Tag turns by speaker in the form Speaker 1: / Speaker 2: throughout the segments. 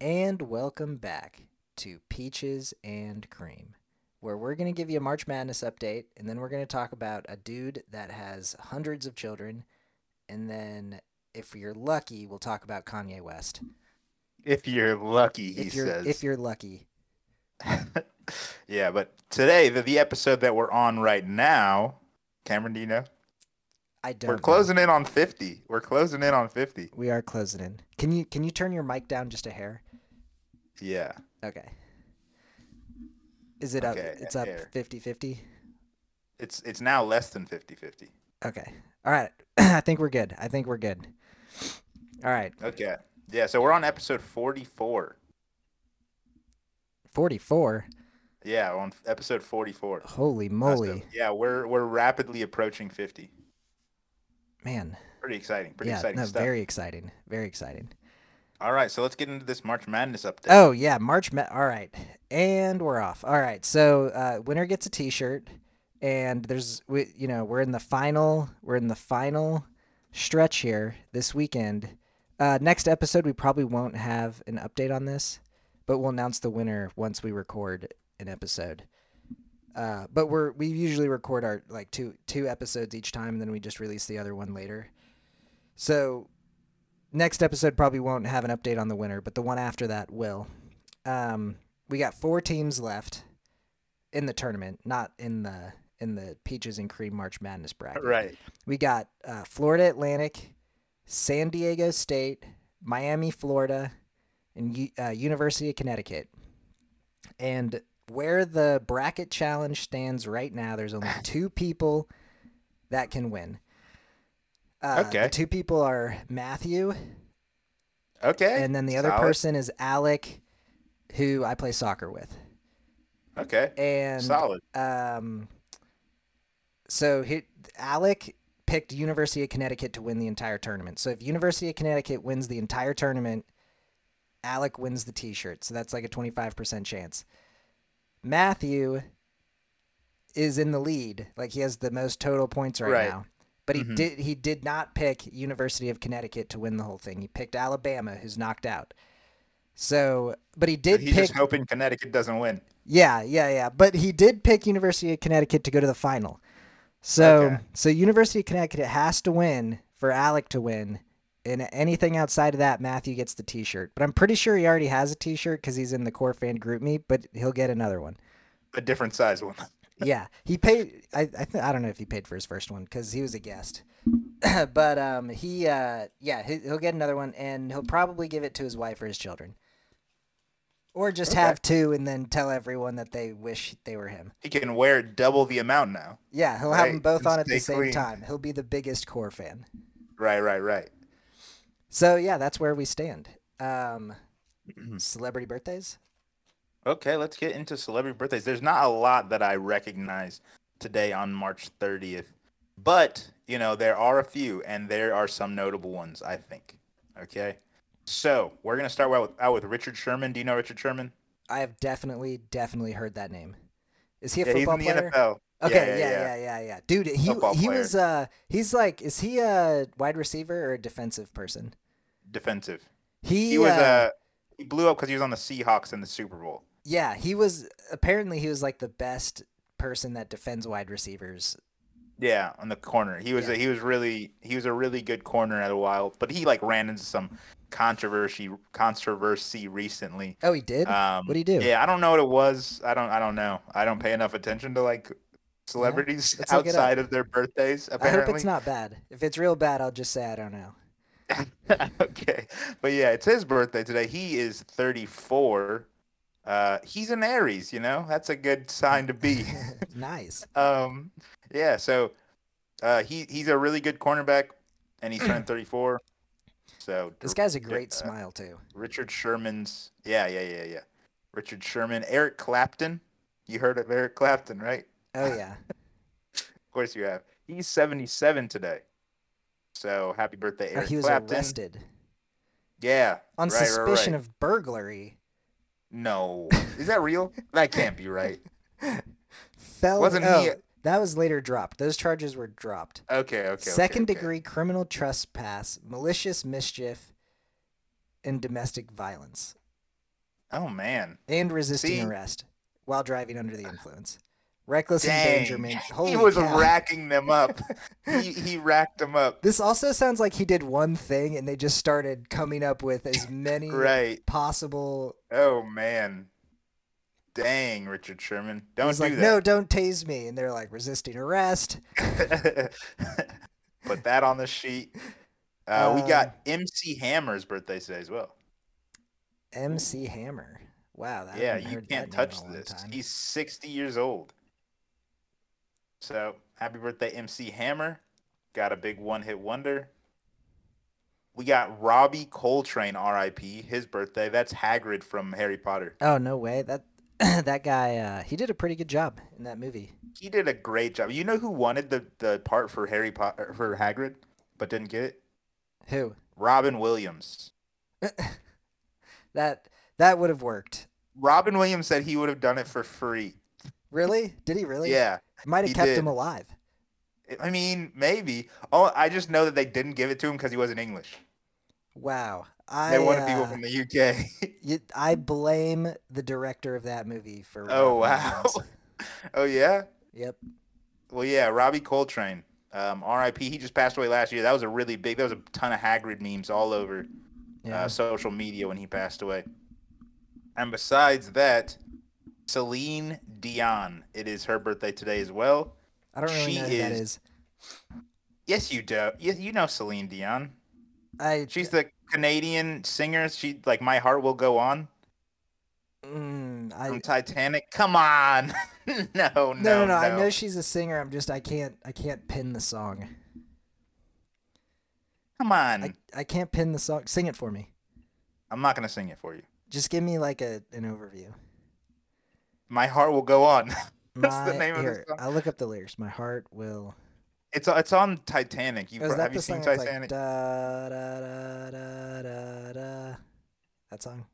Speaker 1: And welcome back to Peaches and Cream, where we're going to give you a March Madness update, and then we're going to talk about a dude that has hundreds of children, and then if you're lucky, we'll talk about Kanye West.
Speaker 2: If you're lucky, he
Speaker 1: If you're
Speaker 2: says.
Speaker 1: if you're lucky,
Speaker 2: yeah, but today, the, the episode that we're on right now, Cameron, do you know?
Speaker 1: I don't.
Speaker 2: We're
Speaker 1: know.
Speaker 2: closing in on 50. We're closing in on 50.
Speaker 1: We are closing in. Can you can you turn your mic down just a hair?
Speaker 2: Yeah.
Speaker 1: Okay. Is it up?
Speaker 2: Okay,
Speaker 1: It's up
Speaker 2: here.
Speaker 1: 50-50?
Speaker 2: It's it's now less than 50 50.
Speaker 1: Okay. All right. I think we're good. I think we're good. All right.
Speaker 2: Okay. Yeah, so we're on episode 44.
Speaker 1: 44.
Speaker 2: Yeah, on f- episode 44.
Speaker 1: Holy
Speaker 2: So,
Speaker 1: moly.
Speaker 2: yeah, we're we're rapidly approaching 50.
Speaker 1: Man.
Speaker 2: Pretty exciting. Pretty
Speaker 1: yeah.
Speaker 2: exciting
Speaker 1: no,
Speaker 2: stuff.
Speaker 1: very exciting. Very exciting.
Speaker 2: All right, so let's get into this March Madness update.
Speaker 1: Oh, yeah. March. Ma- All right. And we're off. All right. So, uh, winner gets a t shirt. And there's, we, you know, we're in the final, we're in the final stretch here this weekend. Uh, next episode, we probably won't have an update on this, but we'll announce the winner once we record an episode. Uh, but we're we usually record our like two two episodes each time, and then we just release the other one later. So next episode probably won't have an update on the winner, but the one after that will. Um, we got four teams left in the tournament, not in the in the peaches and cream March Madness bracket.
Speaker 2: Right.
Speaker 1: We got uh, Florida Atlantic, San Diego State, Miami, Florida, and U- uh, University of Connecticut. And where the bracket challenge stands right now, there's only two people that can win. Uh,
Speaker 2: Okay.
Speaker 1: The two people are Matthew,
Speaker 2: Okay.
Speaker 1: and then the other
Speaker 2: Solid.
Speaker 1: person is Alec, who I play soccer with.
Speaker 2: Okay.
Speaker 1: And
Speaker 2: Solid.
Speaker 1: um, so he, Alec picked University of Connecticut to win the entire tournament. So if University of Connecticut wins the entire tournament, Alec wins the T-shirt. So that's like a twenty-five percent chance. Matthew is in the lead. Like he has the most total points right, Mm-hmm.
Speaker 2: Right.
Speaker 1: now. But he
Speaker 2: Mhm.
Speaker 1: did he did not pick University of Connecticut to win the whole thing. He picked Alabama, who's knocked out. So, but he
Speaker 2: So
Speaker 1: did
Speaker 2: he's
Speaker 1: pick
Speaker 2: just hoping Connecticut doesn't win.
Speaker 1: yeah, yeah, yeah. But he did pick University of Connecticut to go to the final. So
Speaker 2: Okay.
Speaker 1: so University of Connecticut has to win for Alec to win. And anything outside of that, Matthew gets the T-shirt. But I'm pretty sure he already has a T-shirt because he's in the core fan group me. But he'll get another one.
Speaker 2: A different size one.
Speaker 1: yeah, he paid. I I, th- I don't know if he paid for his first one because he was a guest. but um, he uh, yeah, he, he'll get another one, and he'll probably give it to his wife or his children, or just
Speaker 2: Okay.
Speaker 1: have two and then tell everyone that they wish they were him.
Speaker 2: He can wear double the amount now.
Speaker 1: Yeah, he'll have them
Speaker 2: Right,
Speaker 1: both
Speaker 2: and
Speaker 1: on at the
Speaker 2: stay
Speaker 1: same
Speaker 2: clean.
Speaker 1: time. He'll be the biggest core fan.
Speaker 2: Right, right, right.
Speaker 1: So yeah, that's where we stand. Um, celebrity birthdays.
Speaker 2: Okay, let's get into celebrity birthdays. There's not a lot that I recognize today on March 30th, but you know there are a few, and there are some notable ones. I think. Okay, so we're gonna start out with, out with Richard Sherman. Do you know Richard Sherman?
Speaker 1: I have definitely, definitely heard that name. Is he a
Speaker 2: yeah, he's
Speaker 1: football
Speaker 2: in the
Speaker 1: player?
Speaker 2: NFL.
Speaker 1: Okay, yeah, yeah, yeah, yeah, Dude, he
Speaker 2: Football
Speaker 1: he
Speaker 2: player.
Speaker 1: was uh he's like is he a wide receiver or a defensive person?
Speaker 2: Defensive.
Speaker 1: He,
Speaker 2: He was
Speaker 1: uh,
Speaker 2: uh he blew up because he was on the Seahawks in the Super Bowl.
Speaker 1: yeah, he was apparently he was like the best person that defends wide receivers.
Speaker 2: Yeah, on the corner. He was
Speaker 1: Yeah.
Speaker 2: a, he was really he was a really good corner at a while, but he like ran into some controversy controversy recently.
Speaker 1: Oh, he did?
Speaker 2: Um,
Speaker 1: What'd he do?
Speaker 2: Yeah, I don't know what it was. I don't I don't know. I don't pay enough attention to like celebrities
Speaker 1: let's look it up.
Speaker 2: outside of their birthdays.
Speaker 1: I
Speaker 2: Apparently,
Speaker 1: hope it's not bad. If it's real bad, I'll just say I don't know.
Speaker 2: okay, but yeah, it's his birthday today. He is 34. Uh, he's an Aries. You know, that's a good sign to be.
Speaker 1: nice.
Speaker 2: Um, yeah, so uh, he he's a really good cornerback, and he's turned 34. So
Speaker 1: This
Speaker 2: r-
Speaker 1: guy's a great
Speaker 2: uh,
Speaker 1: smile too.
Speaker 2: Richard Sherman's, yeah, yeah, yeah, yeah. Richard Sherman, Eric Clapton. You heard of Eric Clapton, right?
Speaker 1: Oh yeah.
Speaker 2: Of course you have. He's 77 today. So happy birthday,
Speaker 1: Oh,
Speaker 2: Eric
Speaker 1: he was
Speaker 2: Clapton.
Speaker 1: arrested
Speaker 2: Yeah.
Speaker 1: on
Speaker 2: right, right,
Speaker 1: suspicion
Speaker 2: right.
Speaker 1: of burglary.
Speaker 2: No, is that real? that can't be right.
Speaker 1: Fell
Speaker 2: Wasn't he-
Speaker 1: oh, that was later dropped. Those charges were dropped.
Speaker 2: Okay, okay.
Speaker 1: second
Speaker 2: okay, okay.
Speaker 1: degree criminal trespass, malicious mischief, and domestic violence.
Speaker 2: Oh man.
Speaker 1: and resisting
Speaker 2: See?
Speaker 1: arrest while driving under the influence. Reckless
Speaker 2: Dang.
Speaker 1: endangerment. Holy
Speaker 2: he was
Speaker 1: cow.
Speaker 2: racking them up. he, he racked them up.
Speaker 1: This also sounds like he did one thing and they just started coming up with as many
Speaker 2: Right.
Speaker 1: possible.
Speaker 2: Oh man. Dang, Richard Sherman. Don't
Speaker 1: He's
Speaker 2: do
Speaker 1: like, no,
Speaker 2: that.
Speaker 1: don't tase me. And they're like, resisting arrest.
Speaker 2: Put that on the sheet. Uh, we
Speaker 1: Um,
Speaker 2: got MC Hammer's birthday today as well.
Speaker 1: MC Hammer. Wow. That I
Speaker 2: yeah,
Speaker 1: haven't
Speaker 2: you
Speaker 1: heard
Speaker 2: can't
Speaker 1: that name in
Speaker 2: touch
Speaker 1: a long
Speaker 2: this.
Speaker 1: time.
Speaker 2: He's 60 years old. So happy birthday, MC Hammer. Got a big one hit wonder. We got Robbie Coltrane, RIP, his birthday. That's Hagrid from Harry Potter.
Speaker 1: Oh no way! That that guy, uh, he did a pretty good job in that movie.
Speaker 2: He did a great job. You know who wanted the, the part for Harry Potter for Hagrid, but didn't get it?
Speaker 1: Who?
Speaker 2: Robin Williams.
Speaker 1: That that would have worked.
Speaker 2: Robin Williams said he would have done it for free.
Speaker 1: Really? Did he really?
Speaker 2: Yeah.
Speaker 1: Might
Speaker 2: he
Speaker 1: have kept
Speaker 2: did.
Speaker 1: him alive.
Speaker 2: I mean, maybe. Oh, I just know that they didn't give it to him because he wasn't English.
Speaker 1: Wow. I
Speaker 2: They wanted people
Speaker 1: uh,
Speaker 2: from the UK.
Speaker 1: y- I blame the director of that movie for. Robin
Speaker 2: Oh wow.
Speaker 1: Williams.
Speaker 2: oh yeah.
Speaker 1: Yep.
Speaker 2: Well yeah, Robbie Coltrane. Um, R.I.P. He just passed away last year. That was a really big. There was a ton of Hagrid memes all over
Speaker 1: Yeah.
Speaker 2: uh, social media when he passed away. And besides that, Celine Dion. It is her birthday today as well.
Speaker 1: I don't really
Speaker 2: she
Speaker 1: know who that
Speaker 2: is-
Speaker 1: is.
Speaker 2: Yes, you do. You, you know Celine Dion.
Speaker 1: I.
Speaker 2: She's the Canadian singer. She like My Heart Will Go On
Speaker 1: Mm, I
Speaker 2: from Titanic. Come on. no, no, no,
Speaker 1: no, no, no. I know she's a singer. I'm just I can't I can't pin the song.
Speaker 2: Come on.
Speaker 1: I I can't pin the song. Sing it for me.
Speaker 2: I'm not gonna sing it for you.
Speaker 1: Just give me like a an overview.
Speaker 2: My heart will go on. That's
Speaker 1: My,
Speaker 2: the name of the
Speaker 1: here,
Speaker 2: song.
Speaker 1: I'll look up the lyrics. My heart will.
Speaker 2: It's it's on Titanic. You
Speaker 1: Oh, is
Speaker 2: pro-
Speaker 1: that
Speaker 2: have
Speaker 1: the
Speaker 2: you
Speaker 1: song
Speaker 2: seen
Speaker 1: that's like
Speaker 2: Titanic?
Speaker 1: da da da da da da? That song.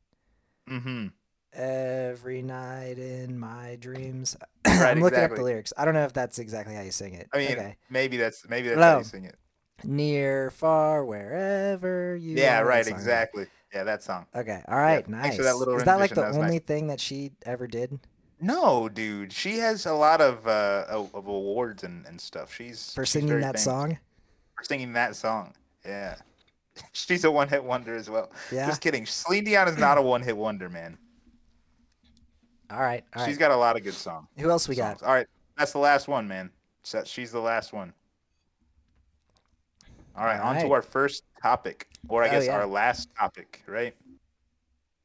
Speaker 2: mm-hmm.
Speaker 1: Every night in my dreams.
Speaker 2: Right,
Speaker 1: I'm looking up the
Speaker 2: exactly.
Speaker 1: lyrics. I don't know if that's exactly how you sing it.
Speaker 2: I mean,
Speaker 1: okay.
Speaker 2: maybe that's maybe that's how
Speaker 1: No.
Speaker 2: you sing it.
Speaker 1: Near, far, wherever you.
Speaker 2: yeah,
Speaker 1: are, that
Speaker 2: right.
Speaker 1: song,
Speaker 2: Exactly. Yeah, that song.
Speaker 1: Okay. All right. nice.
Speaker 2: thanks for that little
Speaker 1: Is that like
Speaker 2: rendition,
Speaker 1: the
Speaker 2: that was nice.
Speaker 1: only thing that she ever did
Speaker 2: No, dude, she has a lot of uh of of awards and, and stuff. She's
Speaker 1: for
Speaker 2: she's
Speaker 1: singing
Speaker 2: very
Speaker 1: that
Speaker 2: famous
Speaker 1: song?
Speaker 2: For singing that song. Yeah, she's a one hit wonder as well.
Speaker 1: Yeah.
Speaker 2: Just kidding. Celine Dion is not a one hit wonder, man.
Speaker 1: all right. All
Speaker 2: She's
Speaker 1: right.
Speaker 2: got a lot of good songs.
Speaker 1: Who else we got?
Speaker 2: songs. All right, that's the last one, man. So she's the last one. All right,
Speaker 1: All
Speaker 2: on
Speaker 1: right.
Speaker 2: to our first topic, or I
Speaker 1: Oh,
Speaker 2: guess
Speaker 1: yeah.
Speaker 2: our last topic, right?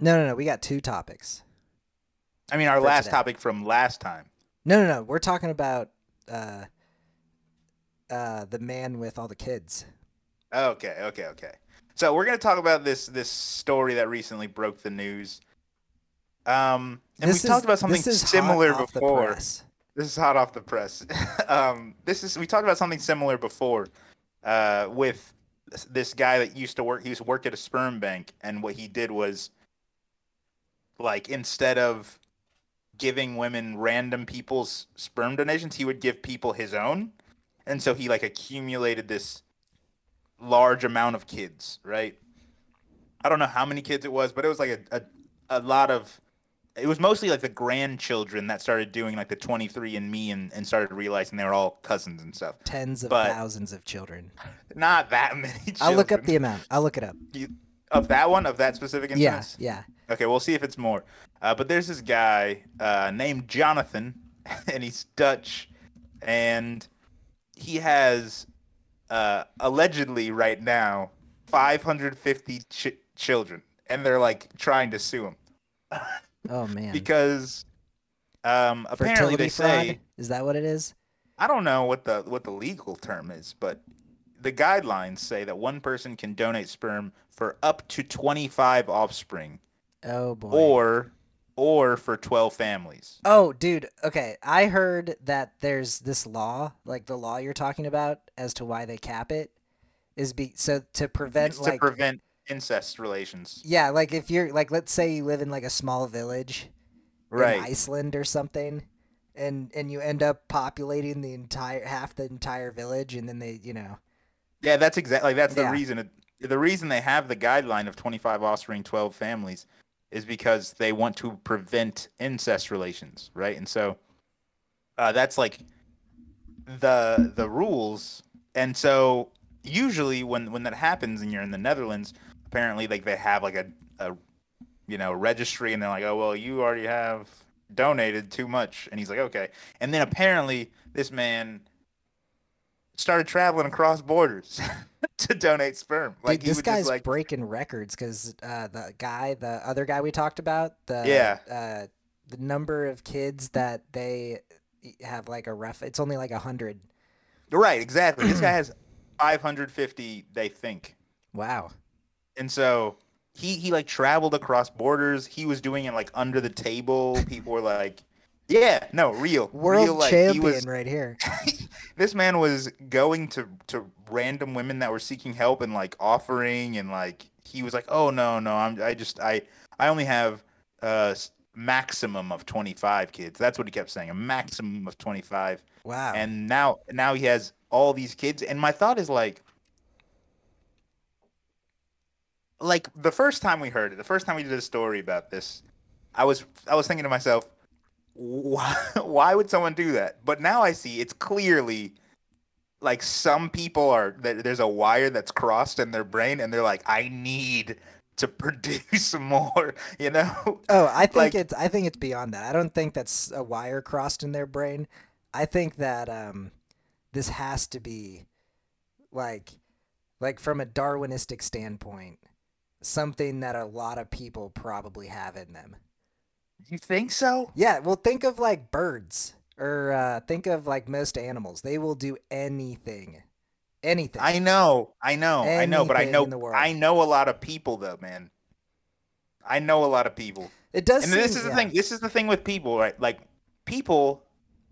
Speaker 1: No, no, no. We got two topics.
Speaker 2: I mean, our
Speaker 1: For
Speaker 2: last
Speaker 1: today.
Speaker 2: topic from last time.
Speaker 1: No, no, no. We're talking about uh, uh, the man with all the kids.
Speaker 2: Okay, okay, okay. So we're gonna talk about this this story that recently broke the news. Um, and
Speaker 1: This
Speaker 2: we
Speaker 1: is-
Speaker 2: talked about something
Speaker 1: this is hot
Speaker 2: similar
Speaker 1: off the
Speaker 2: before.
Speaker 1: press.
Speaker 2: This is hot off the press. um, this is we talked about something similar before, uh, with this- this guy that used to work. He used to work at a sperm bank, and what he did was, like, instead of giving women random people's sperm donations, he would give people his own, and so he like accumulated this large amount of kids. Right? I don't know how many kids it was, but it was like a a, a lot of it was mostly like the grandchildren that started doing like the 23 and me and, and started realizing they were all cousins and stuff.
Speaker 1: Tens of
Speaker 2: But-
Speaker 1: thousands of children.
Speaker 2: Not that many. Children.
Speaker 1: I'll look up the amount. I'll look it up.
Speaker 2: of that one of that specific
Speaker 1: Yeah,
Speaker 2: instance.
Speaker 1: yeah.
Speaker 2: Okay, we'll see if it's more. Uh, but there's this guy uh, named Jonathan, and he's Dutch, and he has uh, allegedly right now 550 ch- children, and they're like trying to sue him
Speaker 1: Oh man.
Speaker 2: because um, apparently
Speaker 1: Fertility
Speaker 2: they
Speaker 1: fraud?
Speaker 2: say.
Speaker 1: Is that what it is?
Speaker 2: I don't know what the what the legal term is, but the guidelines say that one person can donate sperm for up to 25 offspring
Speaker 1: Oh boy.
Speaker 2: or or for 12 families.
Speaker 1: Oh, dude. Okay, I heard that there's this law, like the law you're talking about, as to why they cap it, is be so to prevent
Speaker 2: It's to
Speaker 1: like
Speaker 2: prevent incest relations.
Speaker 1: yeah, like if you're like let's say you live in like a small village, in
Speaker 2: Right.
Speaker 1: Iceland or something, and and you end up populating the entire half the entire village, and then they you know
Speaker 2: Yeah, that's exactly like that's the
Speaker 1: Yeah.
Speaker 2: reason it, the reason they have the guideline of 25 offspring, 12 families is because they want to prevent incest relations, right? And so uh, that's like the the rules. And so usually when when that happens and you're in the Netherlands, apparently like they have like a, a you know registry and they're like, oh well, you already have donated too much, and he's like, okay. And then apparently this man started traveling across borders to donate sperm. Like
Speaker 1: Dude,
Speaker 2: he
Speaker 1: this
Speaker 2: would just,
Speaker 1: guy's
Speaker 2: like,
Speaker 1: breaking records because uh, the guy, the other guy we talked about, the uh, the number of kids that they have like a rough, it's only like a hundred.
Speaker 2: Right, exactly. this guy has 550, they think.
Speaker 1: Wow.
Speaker 2: And so he he like traveled across borders. He was doing it like under the table. People were like, yeah, no, real.
Speaker 1: World
Speaker 2: real, like,
Speaker 1: champion
Speaker 2: He was,
Speaker 1: right here.
Speaker 2: this man was going to to random women that were seeking help and like offering and like he was like, "Oh no, no, I'm I just I I only have uh s- maximum of 25 kids." That's what he kept saying, a maximum of 25
Speaker 1: Wow.
Speaker 2: and now now he has all these kids and my thought is like like the first time we heard it the first time we did a story about this i was i was thinking to myself why, why would someone do that but now i see it's clearly like some people are there- there's a wire that's crossed in their brain and they're like i need to produce more you know
Speaker 1: Oh, I think
Speaker 2: Like-
Speaker 1: it's I think it's beyond that. I don't think that's a wire crossed in their brain. I think that um, this has to be like like from a Darwinistic standpoint, something that a lot of people probably have in them.
Speaker 2: you think so
Speaker 1: Yeah, well, think of like birds, or uh, think of like most animals. They will do anything, anything.
Speaker 2: I know, I know, I know, but I
Speaker 1: Anything
Speaker 2: know,
Speaker 1: in the world.
Speaker 2: I know a lot of people though, man. I know a lot of people,
Speaker 1: it does.
Speaker 2: and this
Speaker 1: seem-
Speaker 2: is the
Speaker 1: yeah.
Speaker 2: thing. This is the thing with people, right? Like, people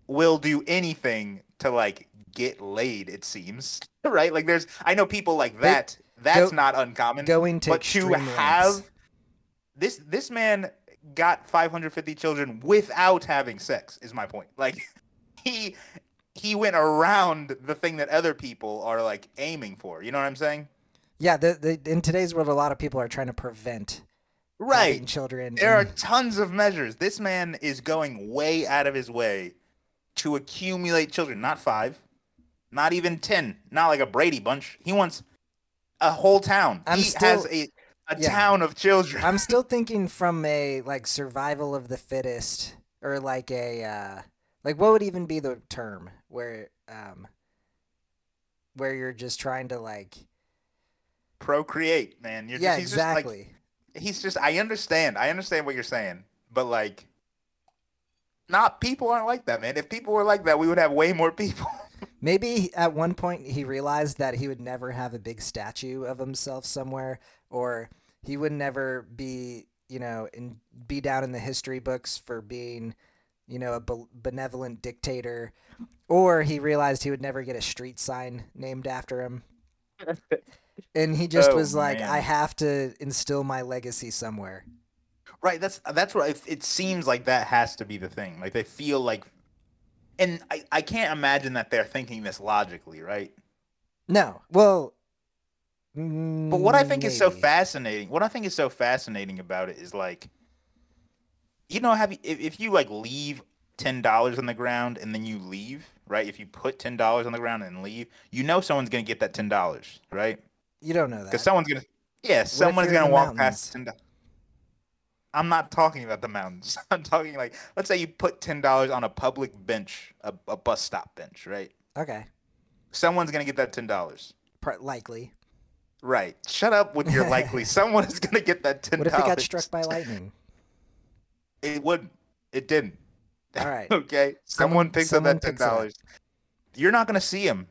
Speaker 2: will do anything to like get laid. It seems right. Like, there's, I know people like that. That's
Speaker 1: go-
Speaker 2: not uncommon.
Speaker 1: Going to
Speaker 2: but
Speaker 1: extreme
Speaker 2: to
Speaker 1: lengths.
Speaker 2: have this, this man got 550 children without having sex. Is my point. Like, he he went around the thing that other people are like aiming for. You know what I'm saying?
Speaker 1: Yeah, the, the, in today's world, a lot of people are trying to prevent having
Speaker 2: Right.
Speaker 1: children.
Speaker 2: There are
Speaker 1: and-
Speaker 2: tons of measures. This man is going way out of his way to accumulate children, not 5, not even 10, not like a Brady bunch. He wants a whole town.
Speaker 1: I'm
Speaker 2: he
Speaker 1: still-
Speaker 2: has a a
Speaker 1: yeah.
Speaker 2: town of children.
Speaker 1: I'm still thinking from a like survival of the fittest, or like a uh, like what would even be the term where um where you're just trying to like
Speaker 2: Procreate, man. You're
Speaker 1: yeah
Speaker 2: just, he's
Speaker 1: exactly.
Speaker 2: Just like, he's just I understand. I understand what you're saying, but like not people aren't like that, man. If people were like that, we would have way more people.
Speaker 1: Maybe at one point he realized that he would never have a big statue of himself somewhere, or he would never be, you know, in, be down in the history books for being, you know, a be- benevolent dictator, or he realized he would never get a street sign named after him. And he just
Speaker 2: Oh,
Speaker 1: was like, I
Speaker 2: man.
Speaker 1: have to instill my legacy somewhere.
Speaker 2: Right. That's that's what it, it seems like. That has to be the thing. Like they feel like, and I I can't imagine that they're thinking this logically, right?
Speaker 1: No, well,
Speaker 2: But what I think is so
Speaker 1: maybe.
Speaker 2: fascinating, what I think is so fascinating about it is like, you know, have you, if, if you like leave ten dollars on the ground and then you leave, right? If you put ten dollars on the ground and leave, you know someone's gonna get that ten dollars, right?
Speaker 1: You don't know that.
Speaker 2: Because someone's gonna, yeah, someone's
Speaker 1: you're in
Speaker 2: gonna
Speaker 1: the
Speaker 2: walk
Speaker 1: mountains?
Speaker 2: past ten. dollars. I'm not talking about the mountains. I'm talking like, let's say you put ten dollars on a public bench, a, a bus stop bench, right?
Speaker 1: Okay,
Speaker 2: Someone's gonna get that ten dollars.
Speaker 1: Pro- likely.
Speaker 2: Right. Shut up with your likely. Someone is gonna get that ten
Speaker 1: What if
Speaker 2: dollars.
Speaker 1: he got struck by lightning?
Speaker 2: It wouldn't. It didn't.
Speaker 1: All right.
Speaker 2: Okay.
Speaker 1: Someone-
Speaker 2: Someone, picks
Speaker 1: someone
Speaker 2: up that ten
Speaker 1: picks it up.
Speaker 2: dollars. You're not gonna see him,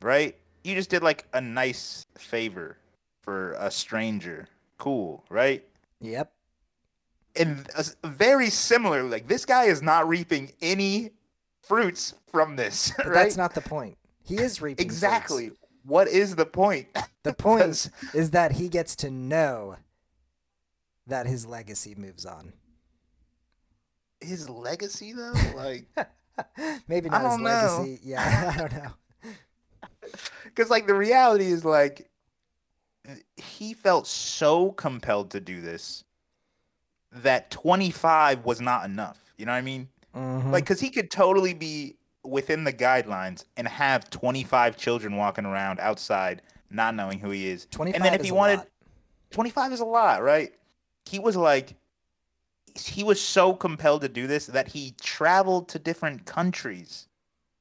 Speaker 2: right? You just did like a nice favor for a stranger. Cool, right?
Speaker 1: Yep.
Speaker 2: and uh, s- very similar. Like this guy is not reaping any fruits from this,
Speaker 1: But
Speaker 2: right?
Speaker 1: that's not the point. He is reaping. fruits.
Speaker 2: exactly. What is the point?
Speaker 1: The point
Speaker 2: 'Cause-
Speaker 1: is that he gets to know that his legacy moves on.
Speaker 2: His legacy, though, like
Speaker 1: Maybe not
Speaker 2: I
Speaker 1: his
Speaker 2: don't know.
Speaker 1: legacy. Yeah, I don't know.
Speaker 2: because like the reality is like he felt so compelled to do this that 25 was not enough. You know what I mean?
Speaker 1: Mhm.
Speaker 2: Like, because he could totally be within the guidelines and have 25 children walking around outside not knowing who he is.
Speaker 1: 25
Speaker 2: and then if
Speaker 1: is
Speaker 2: he
Speaker 1: a
Speaker 2: wanted,
Speaker 1: lot.
Speaker 2: 25 is a lot, right? He was like, he was so compelled to do this that he traveled to different countries.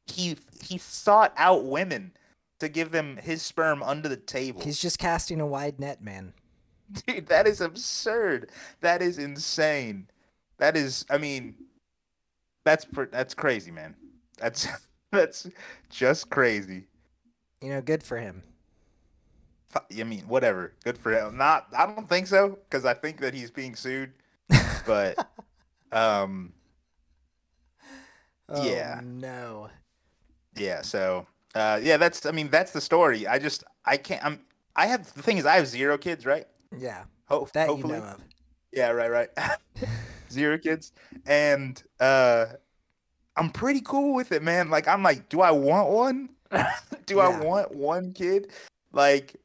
Speaker 2: He he sought out women to give them his sperm under the table.
Speaker 1: he's just casting a wide net, man.
Speaker 2: Dude, that is absurd. That is insane. That is, I mean, that's pr- that's crazy, man. That's that's just crazy.
Speaker 1: You know, good for him.
Speaker 2: F- I mean, whatever. Good for him. Not, I don't think so, because I think that he's being sued. But, um,
Speaker 1: Oh,
Speaker 2: Yeah.
Speaker 1: No.
Speaker 2: yeah. So, uh, yeah. That's, I mean, that's the story. I just, I can't. I'm. I have the thing is, I have zero kids, right?
Speaker 1: Yeah.
Speaker 2: Ho-
Speaker 1: That
Speaker 2: hopefully.
Speaker 1: you know of.
Speaker 2: Yeah, right, right. Zero kids. And uh I'm pretty cool with it, man. Like I'm like, do I want one? do
Speaker 1: Yeah.
Speaker 2: I want one kid? Like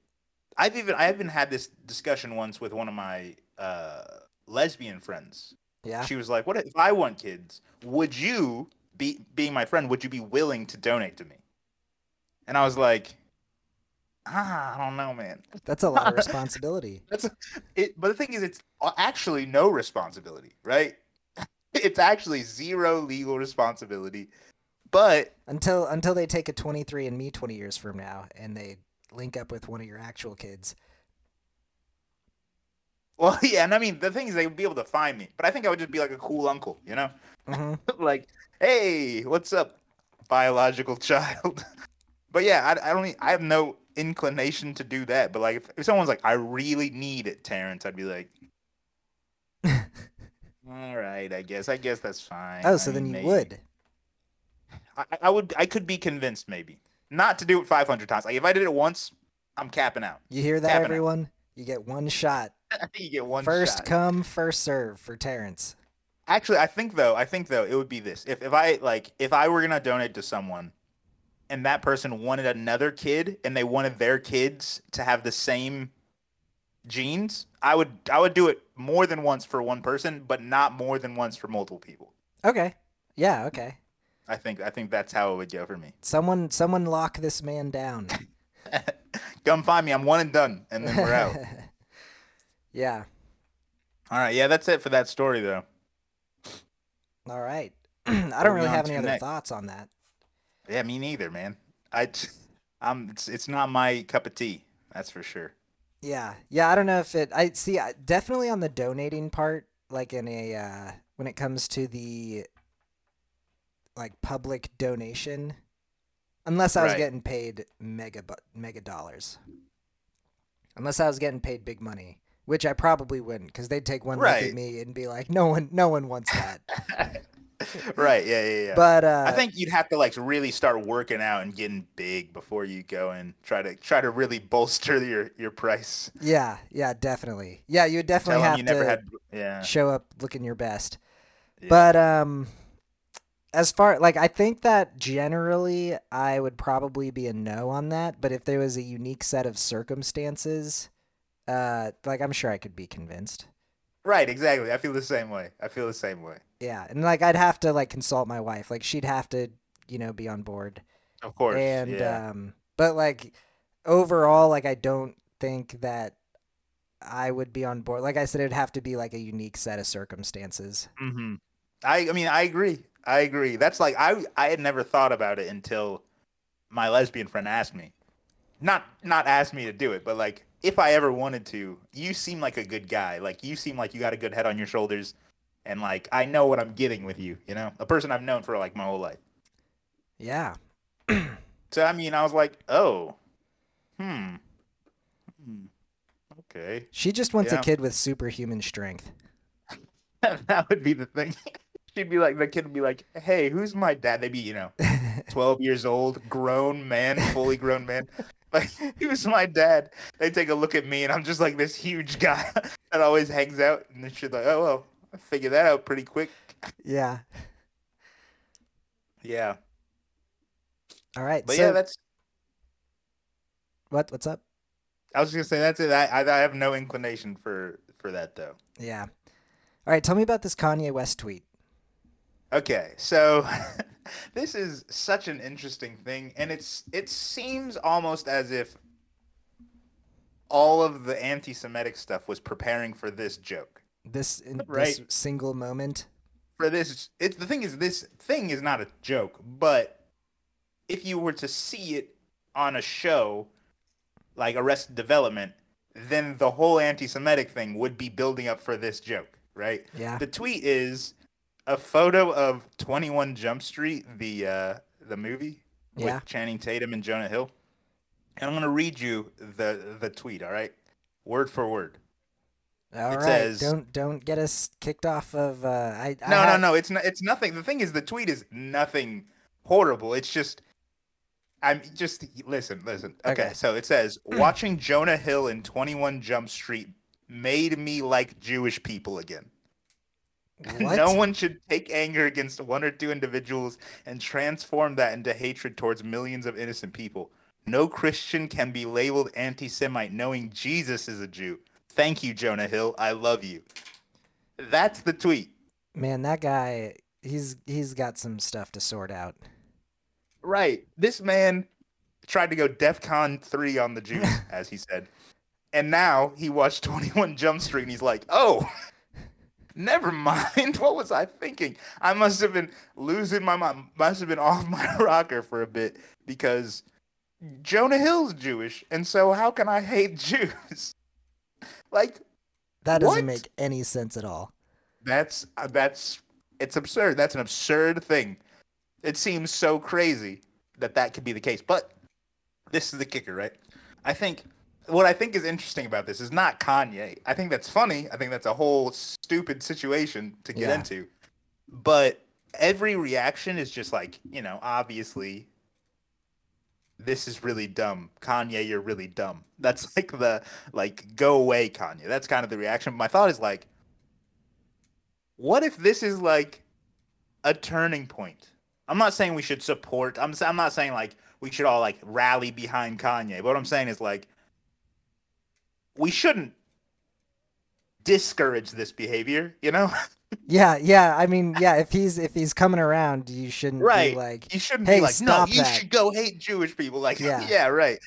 Speaker 2: I've even I even had this discussion once with one of my uh lesbian friends.
Speaker 1: Yeah.
Speaker 2: She was like, "What if I want kids? Would you be being my friend? Would you be willing to donate to me?" And I was like, "Ah, I don't know, man."
Speaker 1: That's a lot of responsibility.
Speaker 2: That's it. But the thing is, it's a- actually no responsibility, right? It's actually zero legal responsibility. But
Speaker 1: Until until they take a 23 and me 20 years from now and they link up with one of your actual kids.
Speaker 2: well, yeah, and I mean the thing is, they would be able to find me. But I think I would just be like a cool uncle, you know,
Speaker 1: hmm
Speaker 2: like, hey, what's up, biological child? but yeah, I, I don't. e- I have no inclination to do that. But like, if, if someone's like, I really need it, Terrence, I'd be like. All right, I guess. I guess that's fine.
Speaker 1: Oh,
Speaker 2: I
Speaker 1: so then
Speaker 2: mean,
Speaker 1: you
Speaker 2: maybe."
Speaker 1: would.
Speaker 2: I, I would I could be convinced maybe not to do it 500 times. Like if I did it once, I'm capping out.
Speaker 1: You hear that,
Speaker 2: Tapping out.
Speaker 1: everyone? You get one shot.
Speaker 2: you get one
Speaker 1: first
Speaker 2: shot.
Speaker 1: come, first serve for Terrence.
Speaker 2: Actually, I think though, I think though it would be this. If if I like if I were gonna donate to someone, and that person wanted another kid, and they wanted their kids to have the same genes, I would I would do it more than once for one person, but not more than once for multiple people.
Speaker 1: Okay. Yeah. Okay.
Speaker 2: I think I think that's how it would go for me.
Speaker 1: Someone, someone, lock this man down.
Speaker 2: Come find me. I'm one and done, and then we're out.
Speaker 1: yeah.
Speaker 2: All right, yeah, that's it for that story though.
Speaker 1: All right. I don't really
Speaker 2: on
Speaker 1: have
Speaker 2: to
Speaker 1: any
Speaker 2: the
Speaker 1: other
Speaker 2: next.
Speaker 1: thoughts on that.
Speaker 2: Yeah, me neither, man. I, t- I'm. It's, it's not my cup of tea. That's for sure.
Speaker 1: Yeah. Yeah. I don't know if it. I see. I, definitely on the donating part, like in a uh, when it comes to the like public donation, unless I was
Speaker 2: Right.
Speaker 1: getting paid mega bu- mega dollars. Unless I was getting paid big money, which I probably wouldn't, because they'd take one look at
Speaker 2: Right.
Speaker 1: me and be like, "No one, no one wants that."
Speaker 2: right. Yeah. Yeah. Yeah.
Speaker 1: But uh,
Speaker 2: I think you'd have to like really start working out and getting big before you go and try to try to really bolster your your price.
Speaker 1: yeah, yeah, definitely. Yeah, you would
Speaker 2: Tell
Speaker 1: definitely
Speaker 2: 'em
Speaker 1: have
Speaker 2: you
Speaker 1: to
Speaker 2: never had. Yeah.
Speaker 1: show up looking your best.
Speaker 2: Yeah.
Speaker 1: But um as far like I think that generally I would probably be a no on that, but if there was a unique set of circumstances, uh like I'm sure I could be convinced.
Speaker 2: Right. Exactly. I feel the same way. I feel the same way.
Speaker 1: Yeah, and like I'd have to like consult my wife. Like she'd have to, you know, be on board.
Speaker 2: Of course.
Speaker 1: and
Speaker 2: yeah.
Speaker 1: um but like overall like i don't think that i would be on board like i said it'd have to be like a unique set of circumstances
Speaker 2: hmm I I mean I agree. I agree. That's like I I had never thought about it until my lesbian friend asked me. Not not asked me to do it, but like if I ever wanted to, you seem like a good guy. Like you seem like you got a good head on your shoulders and like I know what I'm getting with you, you know? A person I've known for like my whole life.
Speaker 1: yeah
Speaker 2: So I mean, I was like, "Oh. Hmm. hmm. Okay.
Speaker 1: she just wants a
Speaker 2: Yeah.
Speaker 1: kid with superhuman strength
Speaker 2: that would be the thing." She'd be like the kid would be like, "Hey, who's my dad?" They'd be, you know, 12 years old, grown man, fully grown man. Like, he was my dad. They take a look at me, and I'm just like this huge guy that always hangs out. And then she's like, oh, well, I figured that out pretty quick.
Speaker 1: yeah
Speaker 2: Yeah.
Speaker 1: all right
Speaker 2: But
Speaker 1: so
Speaker 2: yeah, that's,
Speaker 1: what what's up
Speaker 2: I was going to say, that's it. I, I, I have no inclination for, for that, though.
Speaker 1: yeah All right, tell me about this Kanye West tweet.
Speaker 2: Okay, so this is such an interesting thing, and it's it seems almost as if all of the anti-Semitic stuff was preparing for this joke.
Speaker 1: This in this
Speaker 2: Right.
Speaker 1: single moment.
Speaker 2: For this, it's the thing is this thing is not a joke, but if you were to see it on a show like Arrested Development, then the whole anti-Semitic thing would be building up for this joke, right?
Speaker 1: Yeah.
Speaker 2: The tweet is a photo of 21 Jump Street, the uh, the movie with
Speaker 1: Yeah.
Speaker 2: Channing Tatum and Jonah Hill. And I'm gonna read you the the tweet, all right? Word for word.
Speaker 1: All right.
Speaker 2: says-
Speaker 1: don't don't get us kicked off of. Uh, I, I
Speaker 2: No, no,
Speaker 1: have-
Speaker 2: no. It's not. It's nothing. The thing is, the tweet is nothing horrible. It's just, I'm just listen, listen. Okay,
Speaker 1: Okay.
Speaker 2: so it says watching Jonah Hill in Twenty One Jump Street made me like Jewish people again.
Speaker 1: What?
Speaker 2: No one should take anger against one or two individuals and transform that into hatred towards millions of innocent people. No Christian can be labeled anti Semite knowing Jesus is a Jew. Thank you, Jonah Hill. I love you. That's the tweet.
Speaker 1: Man, that guy. He's he's got some stuff to sort out.
Speaker 2: Right. This man tried to go DEFCON 3 on the Jews, as he said. And now he watched 21 Jump Street and he's like, oh, never mind. What was I thinking? I must have been losing my mind, must have been off my rocker for a bit because Jonah Hill's Jewish. And so how can I hate Jews? like,
Speaker 1: That doesn't
Speaker 2: What?
Speaker 1: make any sense at all.
Speaker 2: that's, uh, that's, it's absurd. That's an absurd thing. It seems so crazy that that could be the case. But this is the kicker, right? I think what I think is interesting about this is not Kanye. I think that's funny. I think that's a whole stupid situation to get
Speaker 1: Yeah.
Speaker 2: into. But every reaction is just like, you know, obviously this is really dumb. Kanye, you're really dumb. That's like the like go away Kanye. That's kind of the reaction. My thought is like what if this is like a turning point? I'm not saying we should support. I'm s- I'm not saying like we should all like rally behind Kanye. But what I'm saying is like we shouldn't discourage this behavior. You know,
Speaker 1: Yeah, yeah. I mean, yeah. If he's if he's coming around, you shouldn't
Speaker 2: Right.
Speaker 1: be like.
Speaker 2: you shouldn't
Speaker 1: Hey,
Speaker 2: be like no,
Speaker 1: stop
Speaker 2: you
Speaker 1: that."
Speaker 2: should go hate Jewish people. Like
Speaker 1: Yeah.
Speaker 2: yeah. right.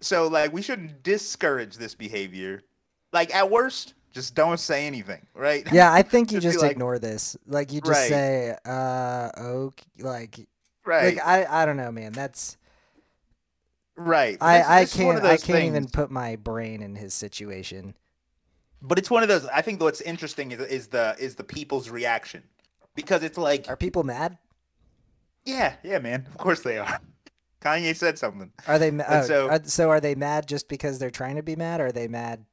Speaker 2: So like we shouldn't discourage this behavior. Like at worst, just don't say anything. Right.
Speaker 1: Yeah, I think you
Speaker 2: Just be
Speaker 1: just
Speaker 2: like-
Speaker 1: ignore this. Like you just
Speaker 2: Right.
Speaker 1: say, uh, okay, like,
Speaker 2: right.
Speaker 1: like I, I don't know, man. That's
Speaker 2: right. This-
Speaker 1: I, I
Speaker 2: this is one
Speaker 1: can't,
Speaker 2: of
Speaker 1: I
Speaker 2: those
Speaker 1: can't even
Speaker 2: things.
Speaker 1: put my brain in his situation.
Speaker 2: But it's one of those. I think what's interesting is, is the is the people's reaction because it's like,
Speaker 1: Are people mad?
Speaker 2: yeah, yeah, man, of course they are. Kanye said something.
Speaker 1: Are they? ma-
Speaker 2: And
Speaker 1: Oh,
Speaker 2: so-
Speaker 1: are, so are they mad just because they're trying to be mad? Or are they mad?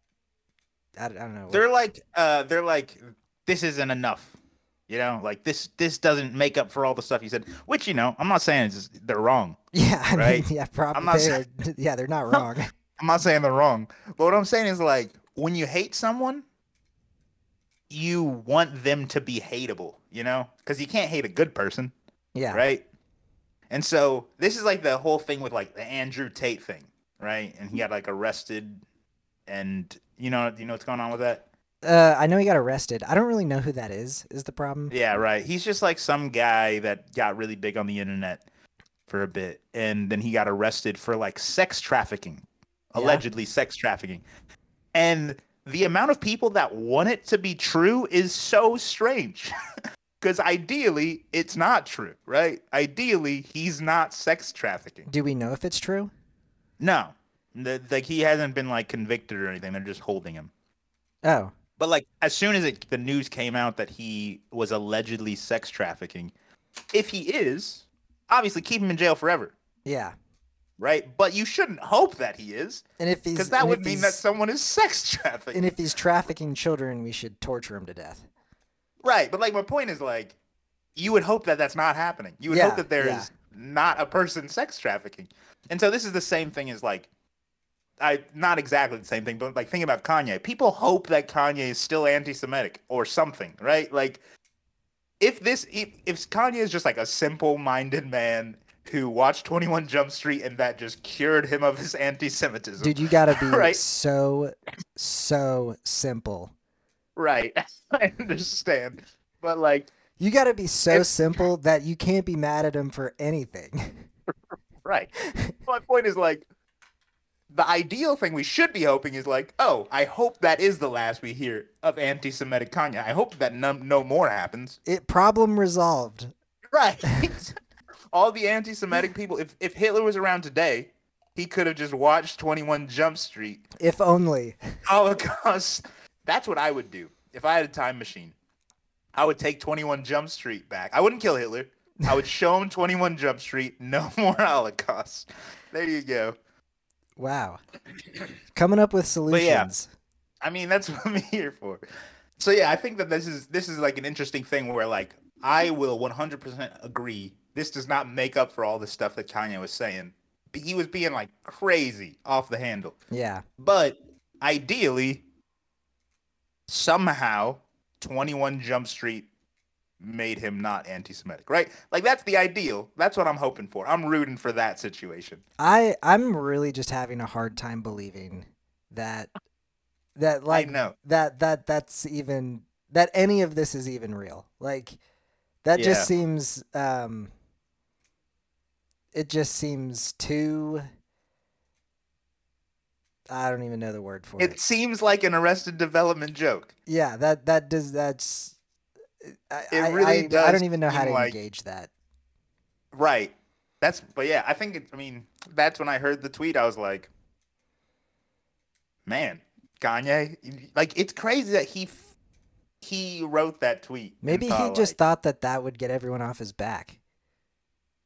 Speaker 1: I, don't- I don't know. what-
Speaker 2: They're like, uh, they're like, this isn't enough. You know, like this this doesn't make up for all the stuff you said. Which you know, I'm not saying it's, they're wrong.
Speaker 1: yeah, I
Speaker 2: right.
Speaker 1: mean, yeah, probably.
Speaker 2: not
Speaker 1: they
Speaker 2: saying-
Speaker 1: are- yeah, they're not wrong.
Speaker 2: I'm not saying they're wrong. But what I'm saying is like, when you hate someone, you want them to be hateable. You know, because you can't hate a good person.
Speaker 1: yeah,
Speaker 2: right? And so this is like the whole thing with like the Andrew Tate thing, right? And he got like arrested, and you know, you know what's going on with that?
Speaker 1: Uh, I know he got arrested. I don't really know who that is. Is the problem?
Speaker 2: Yeah, right. He's just like some guy that got really big on the internet for a bit, and then he got arrested for like sex trafficking,
Speaker 1: Yeah.
Speaker 2: allegedly sex trafficking, and the amount of people that want it to be true is so strange. Because ideally, it's not true, right? Ideally, he's not sex trafficking.
Speaker 1: Do we know if it's true?
Speaker 2: No, The- like he hasn't been like convicted or anything. They're just holding him.
Speaker 1: Oh,
Speaker 2: But like as soon as it, the news came out that he was allegedly sex trafficking, if he is, obviously keep him in jail forever,
Speaker 1: yeah.
Speaker 2: right? But you shouldn't hope that he is,
Speaker 1: And if he's
Speaker 2: because that
Speaker 1: and
Speaker 2: would
Speaker 1: if
Speaker 2: mean
Speaker 1: he's-
Speaker 2: that someone is sex trafficking,
Speaker 1: and if he's trafficking children, we should torture him to death.
Speaker 2: right? But like my point is like, you would hope that that's not happening. You would
Speaker 1: Yeah,
Speaker 2: hope that there is
Speaker 1: yeah.
Speaker 2: not a person sex trafficking, and so this is the same thing as like I not exactly the same thing, but like think about Kanye. People hope that Kanye is still anti-Semitic or something, right? Like if this if, if Kanye is just like a simple-minded man who watched 21 Jump Street and that just cured him of his anti-Semitism.
Speaker 1: Dude, you gotta be
Speaker 2: Right.
Speaker 1: so so simple.
Speaker 2: right. I understand. But like,
Speaker 1: You got to be so
Speaker 2: It's-
Speaker 1: simple that you can't be mad at him for anything.
Speaker 2: right. My point is like, the ideal thing we should be hoping is like, oh, I hope that is the last we hear of anti-Semitic Kanye. I hope that no, no more happens.
Speaker 1: It problem resolved.
Speaker 2: Right. All the anti-Semitic people. If if Hitler was around today, he could have just watched Twenty One Jump Street
Speaker 1: If only.
Speaker 2: Holocaust. That's what I would do if I had a time machine. I would take 21 Jump Street back. I wouldn't kill Hitler. I would show him 21 Jump Street. No more Holocaust. There you go.
Speaker 1: Wow. Coming up with
Speaker 2: yeah.
Speaker 1: solutions.
Speaker 2: I mean, that's what I'm here for. So yeah, I think that this is this is like an interesting thing where like I will 100% agree. This does not make up for all the stuff that Kanye was saying. He was being like crazy off the handle.
Speaker 1: Yeah.
Speaker 2: But ideally, somehow, 21 Jump Street made him not anti Semitic, right? Like, that's the ideal. That's what I'm hoping for. I'm rooting for that situation.
Speaker 1: I I'm really just having a hard time believing that that like
Speaker 2: I know.
Speaker 1: that that that's even that any of this is even real. Like that
Speaker 2: Yeah.
Speaker 1: just seems um it just seems too I don't even know the word for
Speaker 2: It
Speaker 1: it.
Speaker 2: seems like an arrested development joke.
Speaker 1: Yeah, that that does that's I,
Speaker 2: It
Speaker 1: I-
Speaker 2: really
Speaker 1: I, I
Speaker 2: does
Speaker 1: don't even know how
Speaker 2: seem
Speaker 1: to
Speaker 2: like-
Speaker 1: engage that.
Speaker 2: Right. That's, but yeah, I think, it, I mean, that's when I heard the tweet. I was like, man, Kanye, like, it's crazy that he. F- he wrote that tweet. and
Speaker 1: Maybe he
Speaker 2: thought,
Speaker 1: just
Speaker 2: like,
Speaker 1: thought that that would get everyone off his back.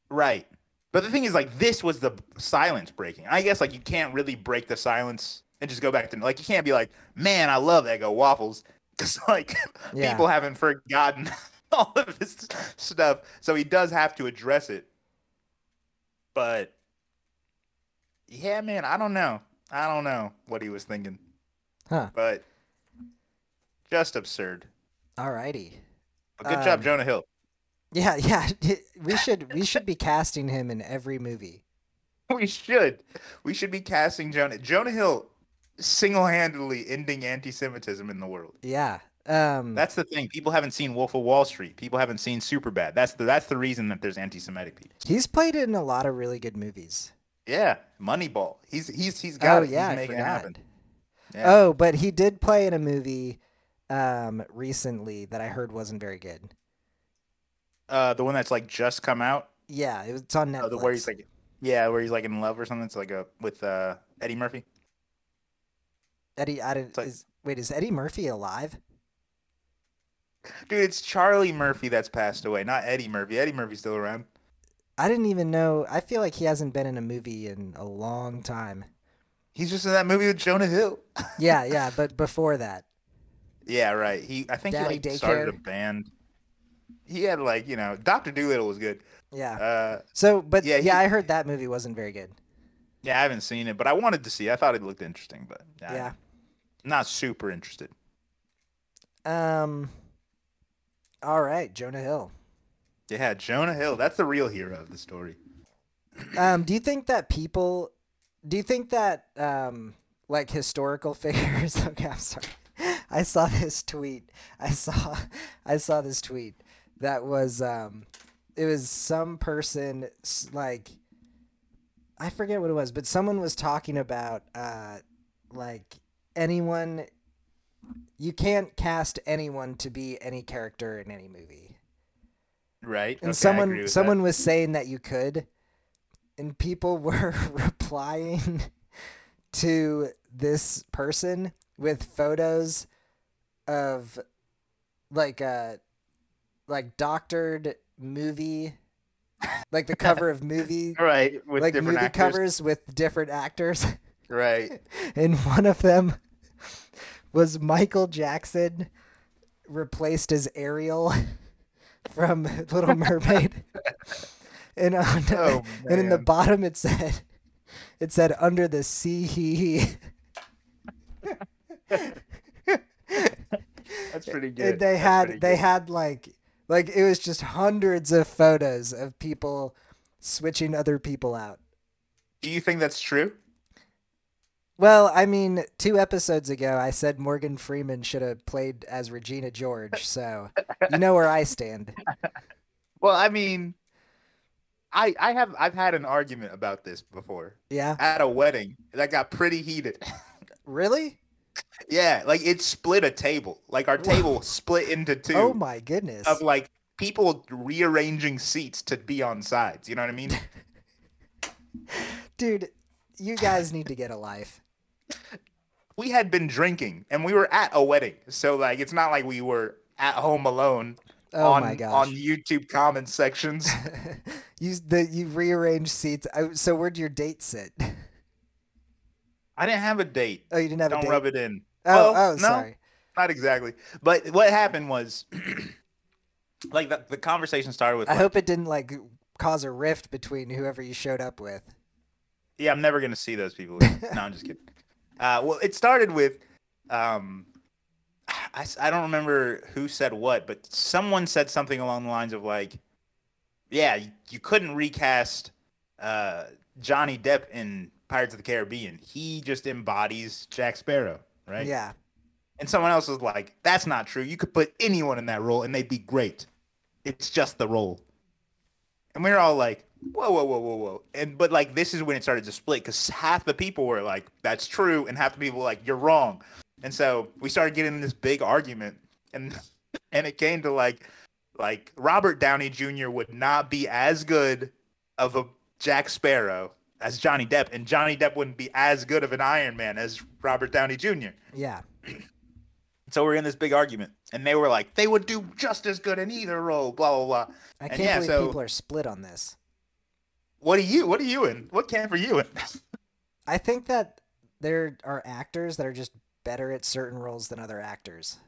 Speaker 2: Right. But the thing is, like, this was the b- silence breaking. I guess, like, you can't really break the silence and just go back to, like, you can't be like, man, I love Eggo waffles. Because, like,
Speaker 1: Yeah.
Speaker 2: people haven't forgotten all of this stuff. So he does have to address it. But, yeah, man, I don't know. I don't know what he was thinking.
Speaker 1: Huh.
Speaker 2: But just absurd.
Speaker 1: Alrighty.
Speaker 2: But good job,
Speaker 1: Um,
Speaker 2: Jonah Hill.
Speaker 1: Yeah, yeah. We should we should be casting him in every movie.
Speaker 2: We should. We should be casting Jonah. Jonah Hill single-handedly ending anti-Semitism in the world.
Speaker 1: Yeah. Um
Speaker 2: That's the thing. People haven't seen Wolf of Wall Street. People haven't seen Superbad. That's the that's the reason that there's anti-Semitic people.
Speaker 1: he's played in a lot of really good movies.
Speaker 2: Yeah, Moneyball. He's he's he's got
Speaker 1: oh
Speaker 2: it.
Speaker 1: yeah,
Speaker 2: he's
Speaker 1: I
Speaker 2: making it
Speaker 1: forgot.
Speaker 2: happen. Yeah.
Speaker 1: Oh, but he did play in a movie um recently that I heard wasn't very good.
Speaker 2: Uh, the one that's like just come out.
Speaker 1: Yeah, it was it's on Netflix.
Speaker 2: Uh, the where he's like, yeah, where he's like in love or something. It's like a with uh Eddie Murphy.
Speaker 1: Eddie I didn't,
Speaker 2: it's like-
Speaker 1: is, wait, is Eddie Murphy alive?
Speaker 2: Dude, it's Charlie Murphy that's passed away, not Eddie Murphy. Eddie Murphy's still around.
Speaker 1: I didn't even know. I feel like he hasn't been in a movie in a long time.
Speaker 2: He's just in that movie with Jonah Hill.
Speaker 1: Yeah, yeah, but before that.
Speaker 2: Yeah, right. He, I think
Speaker 1: Daddy
Speaker 2: he like, started a
Speaker 1: Daycare.
Speaker 2: band. He had like you know, Doctor Doolittle was good.
Speaker 1: Yeah.
Speaker 2: Uh,
Speaker 1: So, but
Speaker 2: yeah,
Speaker 1: yeah,
Speaker 2: he-
Speaker 1: I heard that movie wasn't very good.
Speaker 2: yeah, I haven't seen it, but I wanted to see. it. I thought it looked interesting, but I-
Speaker 1: yeah.
Speaker 2: not super interested.
Speaker 1: Um. All right, Jonah Hill.
Speaker 2: Yeah, Jonah Hill. That's the real hero of the story.
Speaker 1: Um, do you think that people? Do you think that um, like historical figures? Okay, I'm sorry. I saw this tweet. I saw, I saw this tweet that was um, it was some person s- like, I forget what it was, but someone was talking about uh, like anyone. You can't cast anyone to be any character in any movie
Speaker 2: Right.
Speaker 1: and
Speaker 2: Okay, I agree
Speaker 1: someone
Speaker 2: with that.
Speaker 1: someone was saying that you could and people were replying to this person with photos of like a like doctored movie like the cover of movie
Speaker 2: Right with
Speaker 1: like
Speaker 2: different
Speaker 1: movie
Speaker 2: actors.
Speaker 1: covers with different actors
Speaker 2: Right.
Speaker 1: and one of them was Michael Jackson replaced as Ariel from Little Mermaid. and on,
Speaker 2: Oh,
Speaker 1: and in the
Speaker 2: man.
Speaker 1: bottom it said it said under the sea he he
Speaker 2: That's pretty good.
Speaker 1: and they
Speaker 2: That's
Speaker 1: had
Speaker 2: pretty
Speaker 1: they
Speaker 2: good.
Speaker 1: had like like it was just hundreds of photos of people switching other people out.
Speaker 2: Do you think that's true?
Speaker 1: Well, I mean, two episodes ago, I said Morgan Freeman should have played as Regina George, so you know where I stand.
Speaker 2: Well, I mean, I I have I've had an argument about this before
Speaker 1: Yeah,
Speaker 2: at a wedding that got pretty heated.
Speaker 1: really?
Speaker 2: yeah, like it split a table. Like our
Speaker 1: Whoa.
Speaker 2: table split into two
Speaker 1: Oh my goodness!
Speaker 2: of like people rearranging seats to be on sides. You know what I mean?
Speaker 1: Dude, you guys need to get a life.
Speaker 2: we had been drinking and we were at a wedding, so like it's not like we were at home alone
Speaker 1: Oh
Speaker 2: on
Speaker 1: my gosh!
Speaker 2: on YouTube comment sections.
Speaker 1: you the you rearranged seats. I, so where'd your date sit?
Speaker 2: I didn't have a date.
Speaker 1: Oh, you didn't have a
Speaker 2: Don't
Speaker 1: date.
Speaker 2: rub it in.
Speaker 1: oh,
Speaker 2: well,
Speaker 1: oh,
Speaker 2: no.
Speaker 1: sorry.
Speaker 2: Not exactly. But what happened was, like, the, the conversation started with,
Speaker 1: I
Speaker 2: like,
Speaker 1: hope it didn't like cause a rift between whoever you showed up with.
Speaker 2: yeah, I'm never going to see those people. again." no, I'm just kidding. Uh, well, it started with, um, I, s- I don't remember who said what, but someone said something along the lines of, like, yeah, you, you couldn't recast uh, Johnny Depp in Pirates of the Caribbean. He just embodies Jack Sparrow, right?
Speaker 1: Yeah.
Speaker 2: And someone else was like, that's not true. You could put anyone in that role and they'd be great. It's just the role. And we were all like, whoa, whoa, whoa, whoa, whoa. And but like this is when it started to split because half the people were like, that's true, and half the people were like, you're wrong. And so we started getting in this big argument and and it came to like like Robert Downey Jr. would not be as good of a Jack Sparrow as Johnny Depp, and Johnny Depp wouldn't be as good of an Iron Man as Robert Downey Jr.
Speaker 1: Yeah.
Speaker 2: So we're in this big argument, and they were like, they would do just as good in either role, blah blah blah.
Speaker 1: I
Speaker 2: And
Speaker 1: can't
Speaker 2: yeah,
Speaker 1: believe
Speaker 2: so-
Speaker 1: people are split on this.
Speaker 2: What are you? What are you in? What camp are you in?
Speaker 1: I think that there are actors that are just better at certain roles than other actors.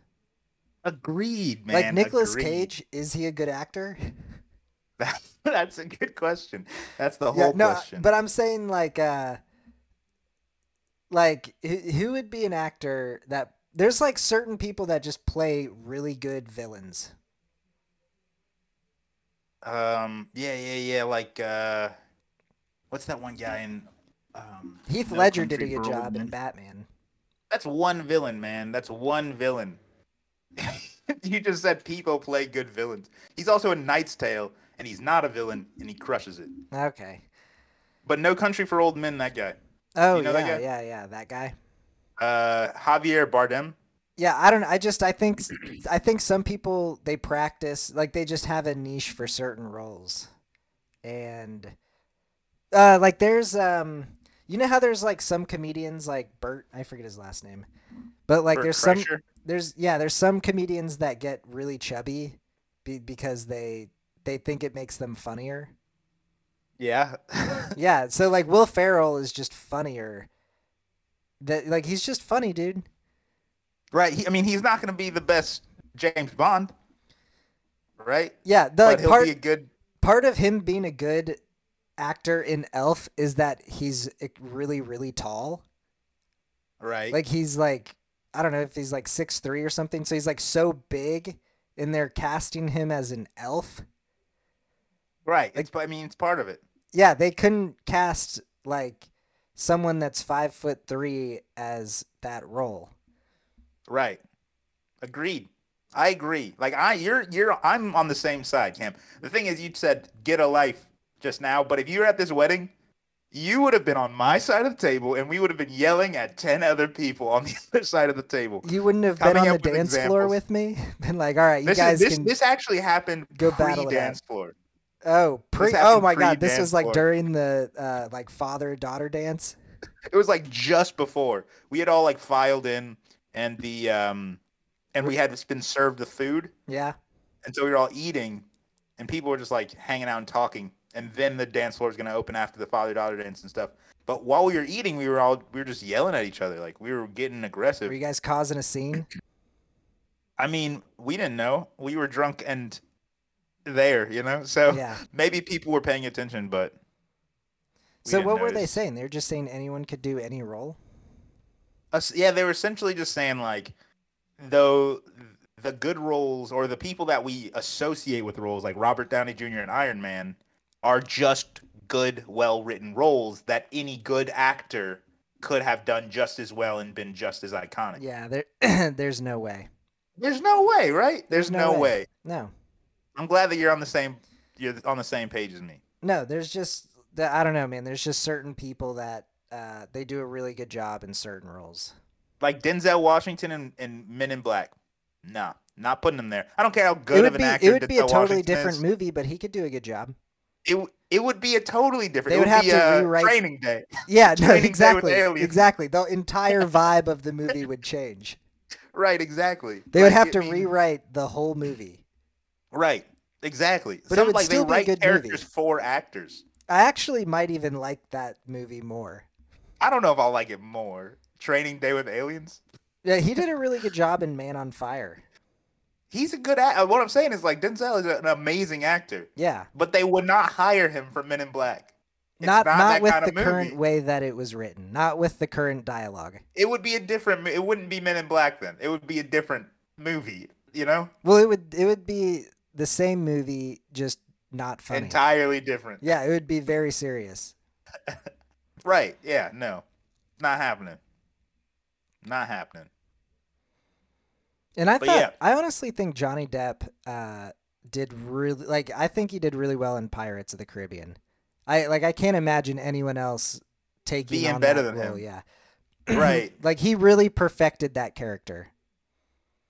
Speaker 2: agreed, man.
Speaker 1: like Nicolas
Speaker 2: agreed.
Speaker 1: Cage, is he a good actor?
Speaker 2: That's a good question. That's the
Speaker 1: yeah,
Speaker 2: whole
Speaker 1: no,
Speaker 2: question.
Speaker 1: but I'm saying like uh like who who would be an actor that there's like certain people that just play really good villains.
Speaker 2: um, yeah, yeah, yeah. Like, uh, what's that one guy in? Um,
Speaker 1: Heath
Speaker 2: No
Speaker 1: Ledger did a
Speaker 2: Country
Speaker 1: good
Speaker 2: for Old
Speaker 1: job in
Speaker 2: Men.
Speaker 1: Batman.
Speaker 2: that's one villain, man. That's one villain. you just said people play good villains. He's also in Knight's Tale, and he's not a villain, and he crushes it.
Speaker 1: Okay.
Speaker 2: But No Country for Old Men, that guy.
Speaker 1: Oh
Speaker 2: know that
Speaker 1: yeah,
Speaker 2: guy?
Speaker 1: yeah, yeah, that guy.
Speaker 2: uh Javier Bardem.
Speaker 1: Yeah, I don't I just I think s- I think some people they practice like they just have a niche for certain roles. And uh like there's um you know how there's like some comedians like Bert, I forget his last name. But like
Speaker 2: for
Speaker 1: there's some
Speaker 2: Crusher.
Speaker 1: there's yeah, there's some comedians that get really chubby be, because they they think it makes them funnier.
Speaker 2: Yeah.
Speaker 1: Yeah, so like Will Ferrell is just funnier. That like he's just funny, dude.
Speaker 2: right. He, I mean, he's not going to be the best James Bond. Right?
Speaker 1: Yeah, the
Speaker 2: but
Speaker 1: like
Speaker 2: he'll
Speaker 1: part
Speaker 2: be a good
Speaker 1: part of him being a good actor in Elf is that he's like, really really tall.
Speaker 2: right.
Speaker 1: Like he's like I don't know if he's like six three or something. So he's like so big, and they're casting him as an elf.
Speaker 2: right. It's I mean, it's part of it.
Speaker 1: Yeah, they couldn't cast like someone that's five foot three as that role.
Speaker 2: Right. Agreed. I agree. Like I you're you're I'm on the same side, Cam. The thing is you said get a life just now, but if you were at this wedding, you would have been on my side of the table and we would have been yelling at 10 other people on the other side of the table.
Speaker 1: You wouldn't have
Speaker 2: Coming
Speaker 1: been on
Speaker 2: up
Speaker 1: the
Speaker 2: with
Speaker 1: dance floor
Speaker 2: examples.
Speaker 1: with me. Been like, all right, you
Speaker 2: this
Speaker 1: guys
Speaker 2: is, this,
Speaker 1: can.
Speaker 2: this actually happened
Speaker 1: go battle it out.
Speaker 2: pre-dance floor.
Speaker 1: oh, pre. Oh
Speaker 2: happened
Speaker 1: my god, this
Speaker 2: pre-dance
Speaker 1: was like
Speaker 2: floor.
Speaker 1: during the uh, like father daughter dance.
Speaker 2: It was like just before we had all like filed in, and the um, and we had just been served the food,
Speaker 1: Yeah.
Speaker 2: and so we were all eating, and people were just like hanging out and talking, and then the dance floor was gonna open after the father daughter dance and stuff. But while we were eating, we were all we were just yelling at each other, like we were getting aggressive.
Speaker 1: Were you guys causing a scene?
Speaker 2: I mean, we didn't know we were drunk and there, you know. So
Speaker 1: Yeah.
Speaker 2: maybe people were paying attention, but we
Speaker 1: So
Speaker 2: didn't
Speaker 1: what were they
Speaker 2: notice.
Speaker 1: saying? They're just saying anyone could do any role.
Speaker 2: us- yeah, they were essentially just saying like, though the good roles or the people that we associate with roles like Robert Downey Jr. and Iron Man are just good, well written roles that any good actor could have done just as well and been just as iconic.
Speaker 1: Yeah, there, there's no way.
Speaker 2: There's no way, right? There's, no, way.
Speaker 1: No,
Speaker 2: I'm glad that you're on the same you're on the same page as me.
Speaker 1: no. There's just the, I don't know, man. There's just certain people that uh, they do a really good job in certain roles.
Speaker 2: Like Denzel Washington and, and Men in Black. Nah, not putting him there. I don't care how
Speaker 1: it
Speaker 2: good
Speaker 1: would
Speaker 2: of an
Speaker 1: be
Speaker 2: actor
Speaker 1: it would be a
Speaker 2: Denzel
Speaker 1: totally
Speaker 2: Washington
Speaker 1: different
Speaker 2: is.
Speaker 1: movie, but he could do a good job.
Speaker 2: It, w- it would be a totally different.
Speaker 1: They
Speaker 2: it
Speaker 1: would
Speaker 2: would
Speaker 1: have
Speaker 2: be
Speaker 1: to
Speaker 2: a
Speaker 1: rewrite-
Speaker 2: training day.
Speaker 1: Yeah, no,
Speaker 2: Training Day with
Speaker 1: exactly,
Speaker 2: aliens.
Speaker 1: exactly. The entire vibe of the movie would change.
Speaker 2: Right, exactly.
Speaker 1: They would
Speaker 2: Like,
Speaker 1: have
Speaker 2: it
Speaker 1: to
Speaker 2: mean-
Speaker 1: rewrite the whole movie.
Speaker 2: Right, exactly.
Speaker 1: But it
Speaker 2: Some-
Speaker 1: would
Speaker 2: like
Speaker 1: still
Speaker 2: they
Speaker 1: be a
Speaker 2: write
Speaker 1: good movie.
Speaker 2: characters for actors.
Speaker 1: I actually might even like that movie more.
Speaker 2: I don't know if I'll like it more. Training Day with Aliens.
Speaker 1: Yeah, he did a really good job in Man on Fire.
Speaker 2: He's a good actor. What I'm saying is like Denzel is an amazing actor,
Speaker 1: Yeah,
Speaker 2: but they would not hire him for Men in Black. It's
Speaker 1: not not,
Speaker 2: that
Speaker 1: with
Speaker 2: kind
Speaker 1: the
Speaker 2: of
Speaker 1: current
Speaker 2: movie.
Speaker 1: way that it was written, not with the current dialogue.
Speaker 2: It would be a different. mo- It wouldn't be Men in Black then. It would be a different movie. You know,
Speaker 1: Well, it would it would be the same movie, just not funny.
Speaker 2: entirely different.
Speaker 1: yeah, it would be very serious.
Speaker 2: Right. Yeah. No. Not happening. Not happening.
Speaker 1: And I
Speaker 2: But
Speaker 1: thought
Speaker 2: yeah.
Speaker 1: I honestly think Johnny Depp uh, did really like I think he did really well in Pirates of the Caribbean. I like I can't imagine anyone else taking
Speaker 2: Being
Speaker 1: on
Speaker 2: better
Speaker 1: that
Speaker 2: than
Speaker 1: role.
Speaker 2: him.
Speaker 1: Yeah,
Speaker 2: Right.
Speaker 1: like he really perfected that character.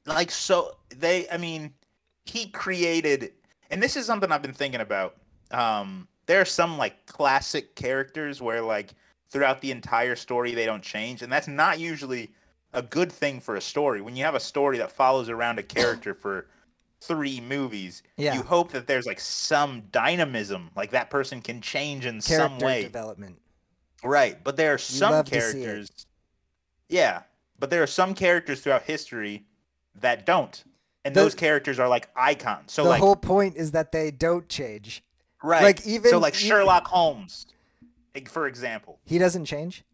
Speaker 2: like so they i mean he created and this is something i've been thinking about um there are some like classic characters where like throughout the entire story they don't change and that's not usually a good thing for a story when you have a story that follows around a character for three movies
Speaker 1: Yeah.
Speaker 2: you hope that there's like some dynamism like that person can change in some
Speaker 1: Character
Speaker 2: way
Speaker 1: development.
Speaker 2: Right, but there are some
Speaker 1: love to see it.
Speaker 2: characters. Yeah, but there are some characters throughout history that don't, and
Speaker 1: The-
Speaker 2: those characters are like icons. So
Speaker 1: the
Speaker 2: like,
Speaker 1: whole point is that they don't change.
Speaker 2: right,
Speaker 1: like,
Speaker 2: so
Speaker 1: even- e
Speaker 2: like
Speaker 1: even-
Speaker 2: Sherlock Holmes, like, for example.
Speaker 1: He doesn't change.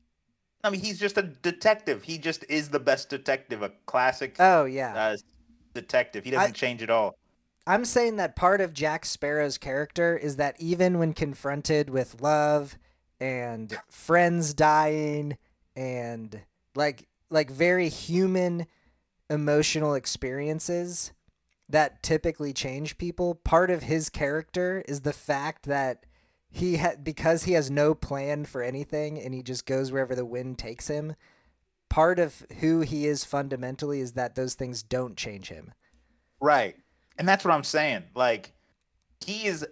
Speaker 2: I mean, he's just a detective. He just is the best detective, a classic
Speaker 1: Oh yeah.
Speaker 2: uh, detective. He doesn't change at all.
Speaker 1: I'm saying that part of Jack Sparrow's character is that even when confronted with love and friends dying and like like very human emotional experiences that typically change people, part of his character is the fact that he ha- because he has no plan for anything and he just goes wherever the wind takes him. Part of who he is fundamentally is that those things don't change him.
Speaker 2: Right. And that's what I'm saying. Like he is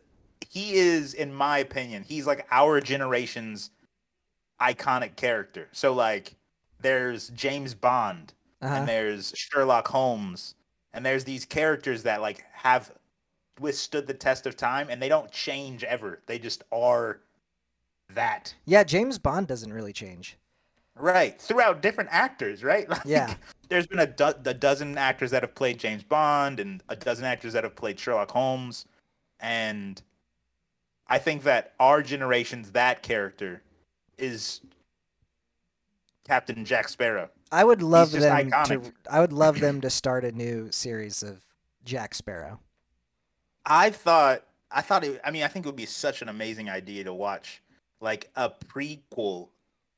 Speaker 2: he is in my opinion, he's like our generation's iconic character. So like there's James Bond
Speaker 1: Uh-huh.
Speaker 2: and there's Sherlock Holmes and there's these characters that like have withstood the test of time and they don't change ever. They just are that.
Speaker 1: Yeah, James Bond doesn't really change.
Speaker 2: Right. Throughout different actors, right? Like,
Speaker 1: Yeah.
Speaker 2: There's been a, do- a dozen actors that have played James Bond and a dozen actors that have played Sherlock Holmes. And I think that our generation's that character is Captain Jack Sparrow.
Speaker 1: I would love
Speaker 2: just
Speaker 1: them to.
Speaker 2: iconic.
Speaker 1: I would love them to start a new series of Jack Sparrow.
Speaker 2: I thought, I thought it, I mean, I think it would be such an amazing idea to watch like a prequel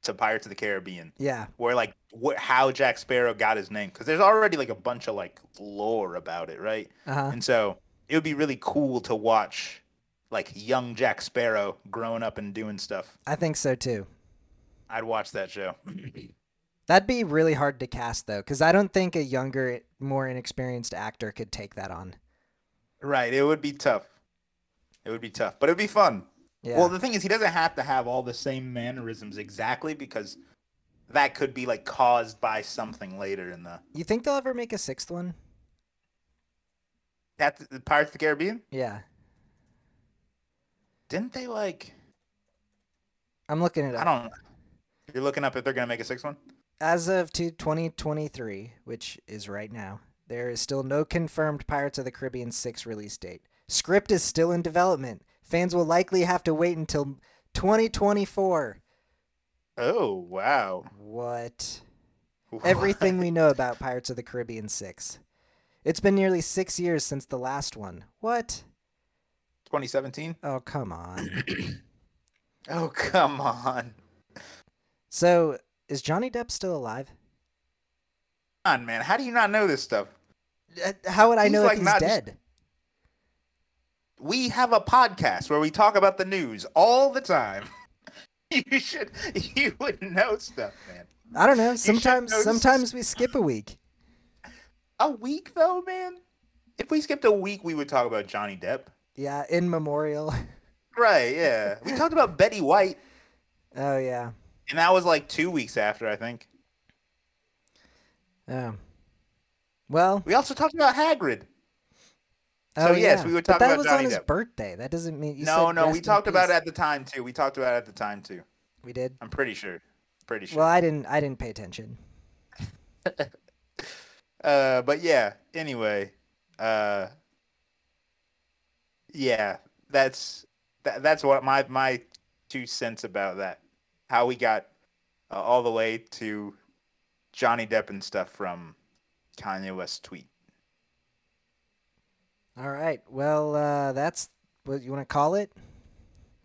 Speaker 2: to Pirates of the Caribbean.
Speaker 1: Yeah,
Speaker 2: where like wh- how Jack Sparrow got his name because there's already like a bunch of like lore about it, right?
Speaker 1: uh-huh.
Speaker 2: And so it would be really cool to watch like young Jack Sparrow growing up and doing stuff.
Speaker 1: I think so too.
Speaker 2: I'd watch that show.
Speaker 1: That'd be really hard to cast though, because I don't think a younger, more inexperienced actor could take that on.
Speaker 2: right, it would be tough. It would be tough, but it'd be fun.
Speaker 1: Yeah,
Speaker 2: Well, the thing is, he doesn't have to have all the same mannerisms exactly because that could be like caused by something later in the.
Speaker 1: you think they'll ever make a sixth one?
Speaker 2: That's the Pirates of the Caribbean.
Speaker 1: Yeah,
Speaker 2: Didn't they like?
Speaker 1: I'm looking it
Speaker 2: I
Speaker 1: up.
Speaker 2: don't. You're looking up if they're gonna make a sixth one.
Speaker 1: As of to 2023, which is right now, there is still no confirmed Pirates of the Caribbean 6 release date. Script is still in development. Fans will likely have to wait until 2024.
Speaker 2: Oh wow!
Speaker 1: What? Everything we know about Pirates of the Caribbean 6. It's been nearly six years since the last one. What?
Speaker 2: 2017.
Speaker 1: Oh, come on.
Speaker 2: Oh come on!
Speaker 1: So is Johnny Depp still alive?
Speaker 2: Come on, man. How do you not know this stuff?
Speaker 1: Uh, How would I
Speaker 2: He's,
Speaker 1: know
Speaker 2: like,
Speaker 1: if he's
Speaker 2: not just-
Speaker 1: dead?
Speaker 2: We have a podcast where we talk about the news all the time. you should, you would know stuff, man.
Speaker 1: I don't know. Sometimes
Speaker 2: know-
Speaker 1: sometimes we skip a week.
Speaker 2: A week though, man. If we skipped a week, we would talk about Johnny Depp.
Speaker 1: Yeah, in memorial.
Speaker 2: Right? Yeah. We talked about Betty White,
Speaker 1: Oh yeah.
Speaker 2: and that was like two weeks after, I think.
Speaker 1: Oh. Well,
Speaker 2: We also talked about Hagrid.
Speaker 1: oh,
Speaker 2: yes,
Speaker 1: yeah.
Speaker 2: we would
Speaker 1: but
Speaker 2: talk
Speaker 1: that
Speaker 2: about
Speaker 1: was on
Speaker 2: Johnny
Speaker 1: his
Speaker 2: Depp.
Speaker 1: birthday. That doesn't mean you
Speaker 2: no,
Speaker 1: said
Speaker 2: no,
Speaker 1: rest
Speaker 2: we
Speaker 1: in
Speaker 2: talked about it
Speaker 1: peace.
Speaker 2: at the time too. We talked about it at the time too.
Speaker 1: We did.
Speaker 2: I'm pretty sure. Pretty sure.
Speaker 1: Well, I didn't. I didn't pay attention.
Speaker 2: Uh, but yeah. Anyway, uh, yeah, that's that, that's what my my two cents about that. How we got uh, all the way to Johnny Depp and stuff from Kanye West tweet.
Speaker 1: All right. Well, uh, that's what you want to call it.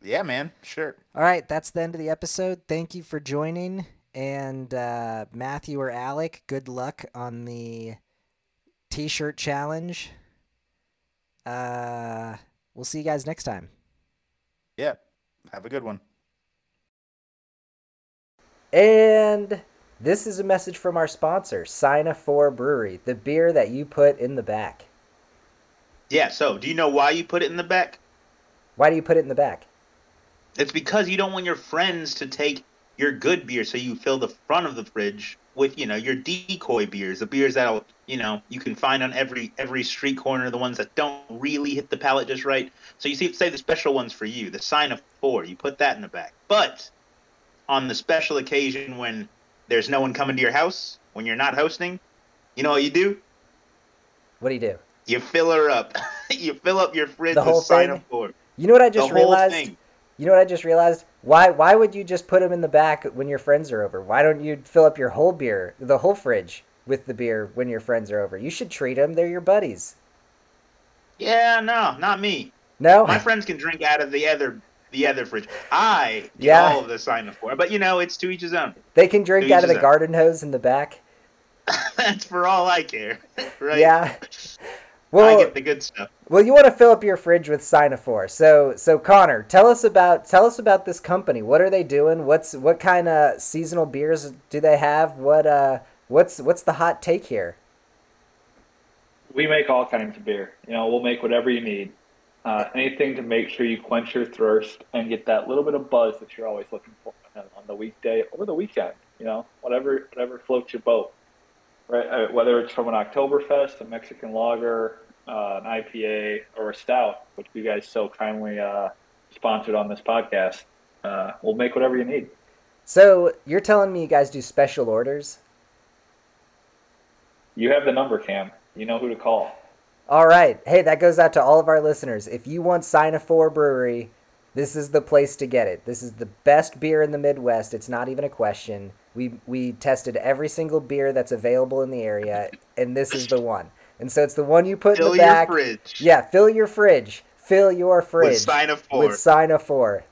Speaker 2: Yeah, man. Sure.
Speaker 1: All right. That's the end of the episode. Thank you for joining. And uh, Matthew or Alec, good luck on the t-shirt challenge. Uh, we'll see you guys next time.
Speaker 2: Yeah. Have a good one.
Speaker 1: And this is a message from our sponsor, Sina 4 Brewery, the beer that you put in the back.
Speaker 2: Yeah. So, do you know why you put it in the back?
Speaker 1: Why do you put it in the back?
Speaker 2: It's because you don't want your friends to take your good beer, so you fill the front of the fridge with, you know, your decoy beers, the beers that'll, you know, you can find on every every street corner, the ones that don't really hit the palate just right. So you see, say the special ones for you, the sign of four, you put that in the back. But on the special occasion when there's no one coming to your house, when you're not hosting, you know what you do?
Speaker 1: What do you do?
Speaker 2: You fill her up. you fill up your fridge
Speaker 1: The whole
Speaker 2: with sign
Speaker 1: thing?
Speaker 2: of four.
Speaker 1: You know what I
Speaker 2: The
Speaker 1: just
Speaker 2: whole
Speaker 1: realized?
Speaker 2: thing.
Speaker 1: You know what I just realized? Why why would you just put them in the back when your friends are over? Why don't you fill up your whole beer, the whole fridge with the beer when your friends are over? You should treat them. They're your buddies.
Speaker 3: Yeah, no, not me.
Speaker 1: No?
Speaker 3: My friends can drink out of the other the other fridge. I get
Speaker 1: Yeah.
Speaker 3: all of the sign of four, but you know, it's to each his own.
Speaker 1: They can drink
Speaker 3: Dude,
Speaker 1: out of the
Speaker 3: just-
Speaker 1: garden hose in the back.
Speaker 3: That's for all I care, right?
Speaker 1: Yeah.
Speaker 3: I
Speaker 1: Well,
Speaker 3: get the good stuff.
Speaker 1: Well, you want to fill up your fridge with Sinophore. So, so Connor, tell us about tell us about this company. What are they doing? What's what kind of seasonal beers do they have? What uh, what's what's the hot take here?
Speaker 4: We make all kinds of beer. You know, we'll make whatever you need. Uh, anything to make sure you quench your thirst and get that little bit of buzz that you're always looking for on on the weekday or the weekend. You know, whatever whatever floats your boat. Right, uh, whether it's from an Oktoberfest, a Mexican lager, uh, an IPA, or a stout, which you guys so kindly uh, sponsored on this podcast, uh, we'll make whatever you need.
Speaker 1: So you're telling me you guys do special orders?
Speaker 4: You have the number, Cam. You know who to call.
Speaker 1: All right. Hey, that goes out to all of our listeners. If you want Sinophore Brewery, this is the place to get it. This is the best beer in the Midwest. It's not even a question. We we tested every single beer that's available in the area, and this is the one. And so it's the one you put
Speaker 3: Fill
Speaker 1: in the
Speaker 3: your
Speaker 1: back.
Speaker 3: fridge
Speaker 1: Yeah, fill your fridge. Fill your fridge
Speaker 3: with sign of four.
Speaker 1: with Sinophore.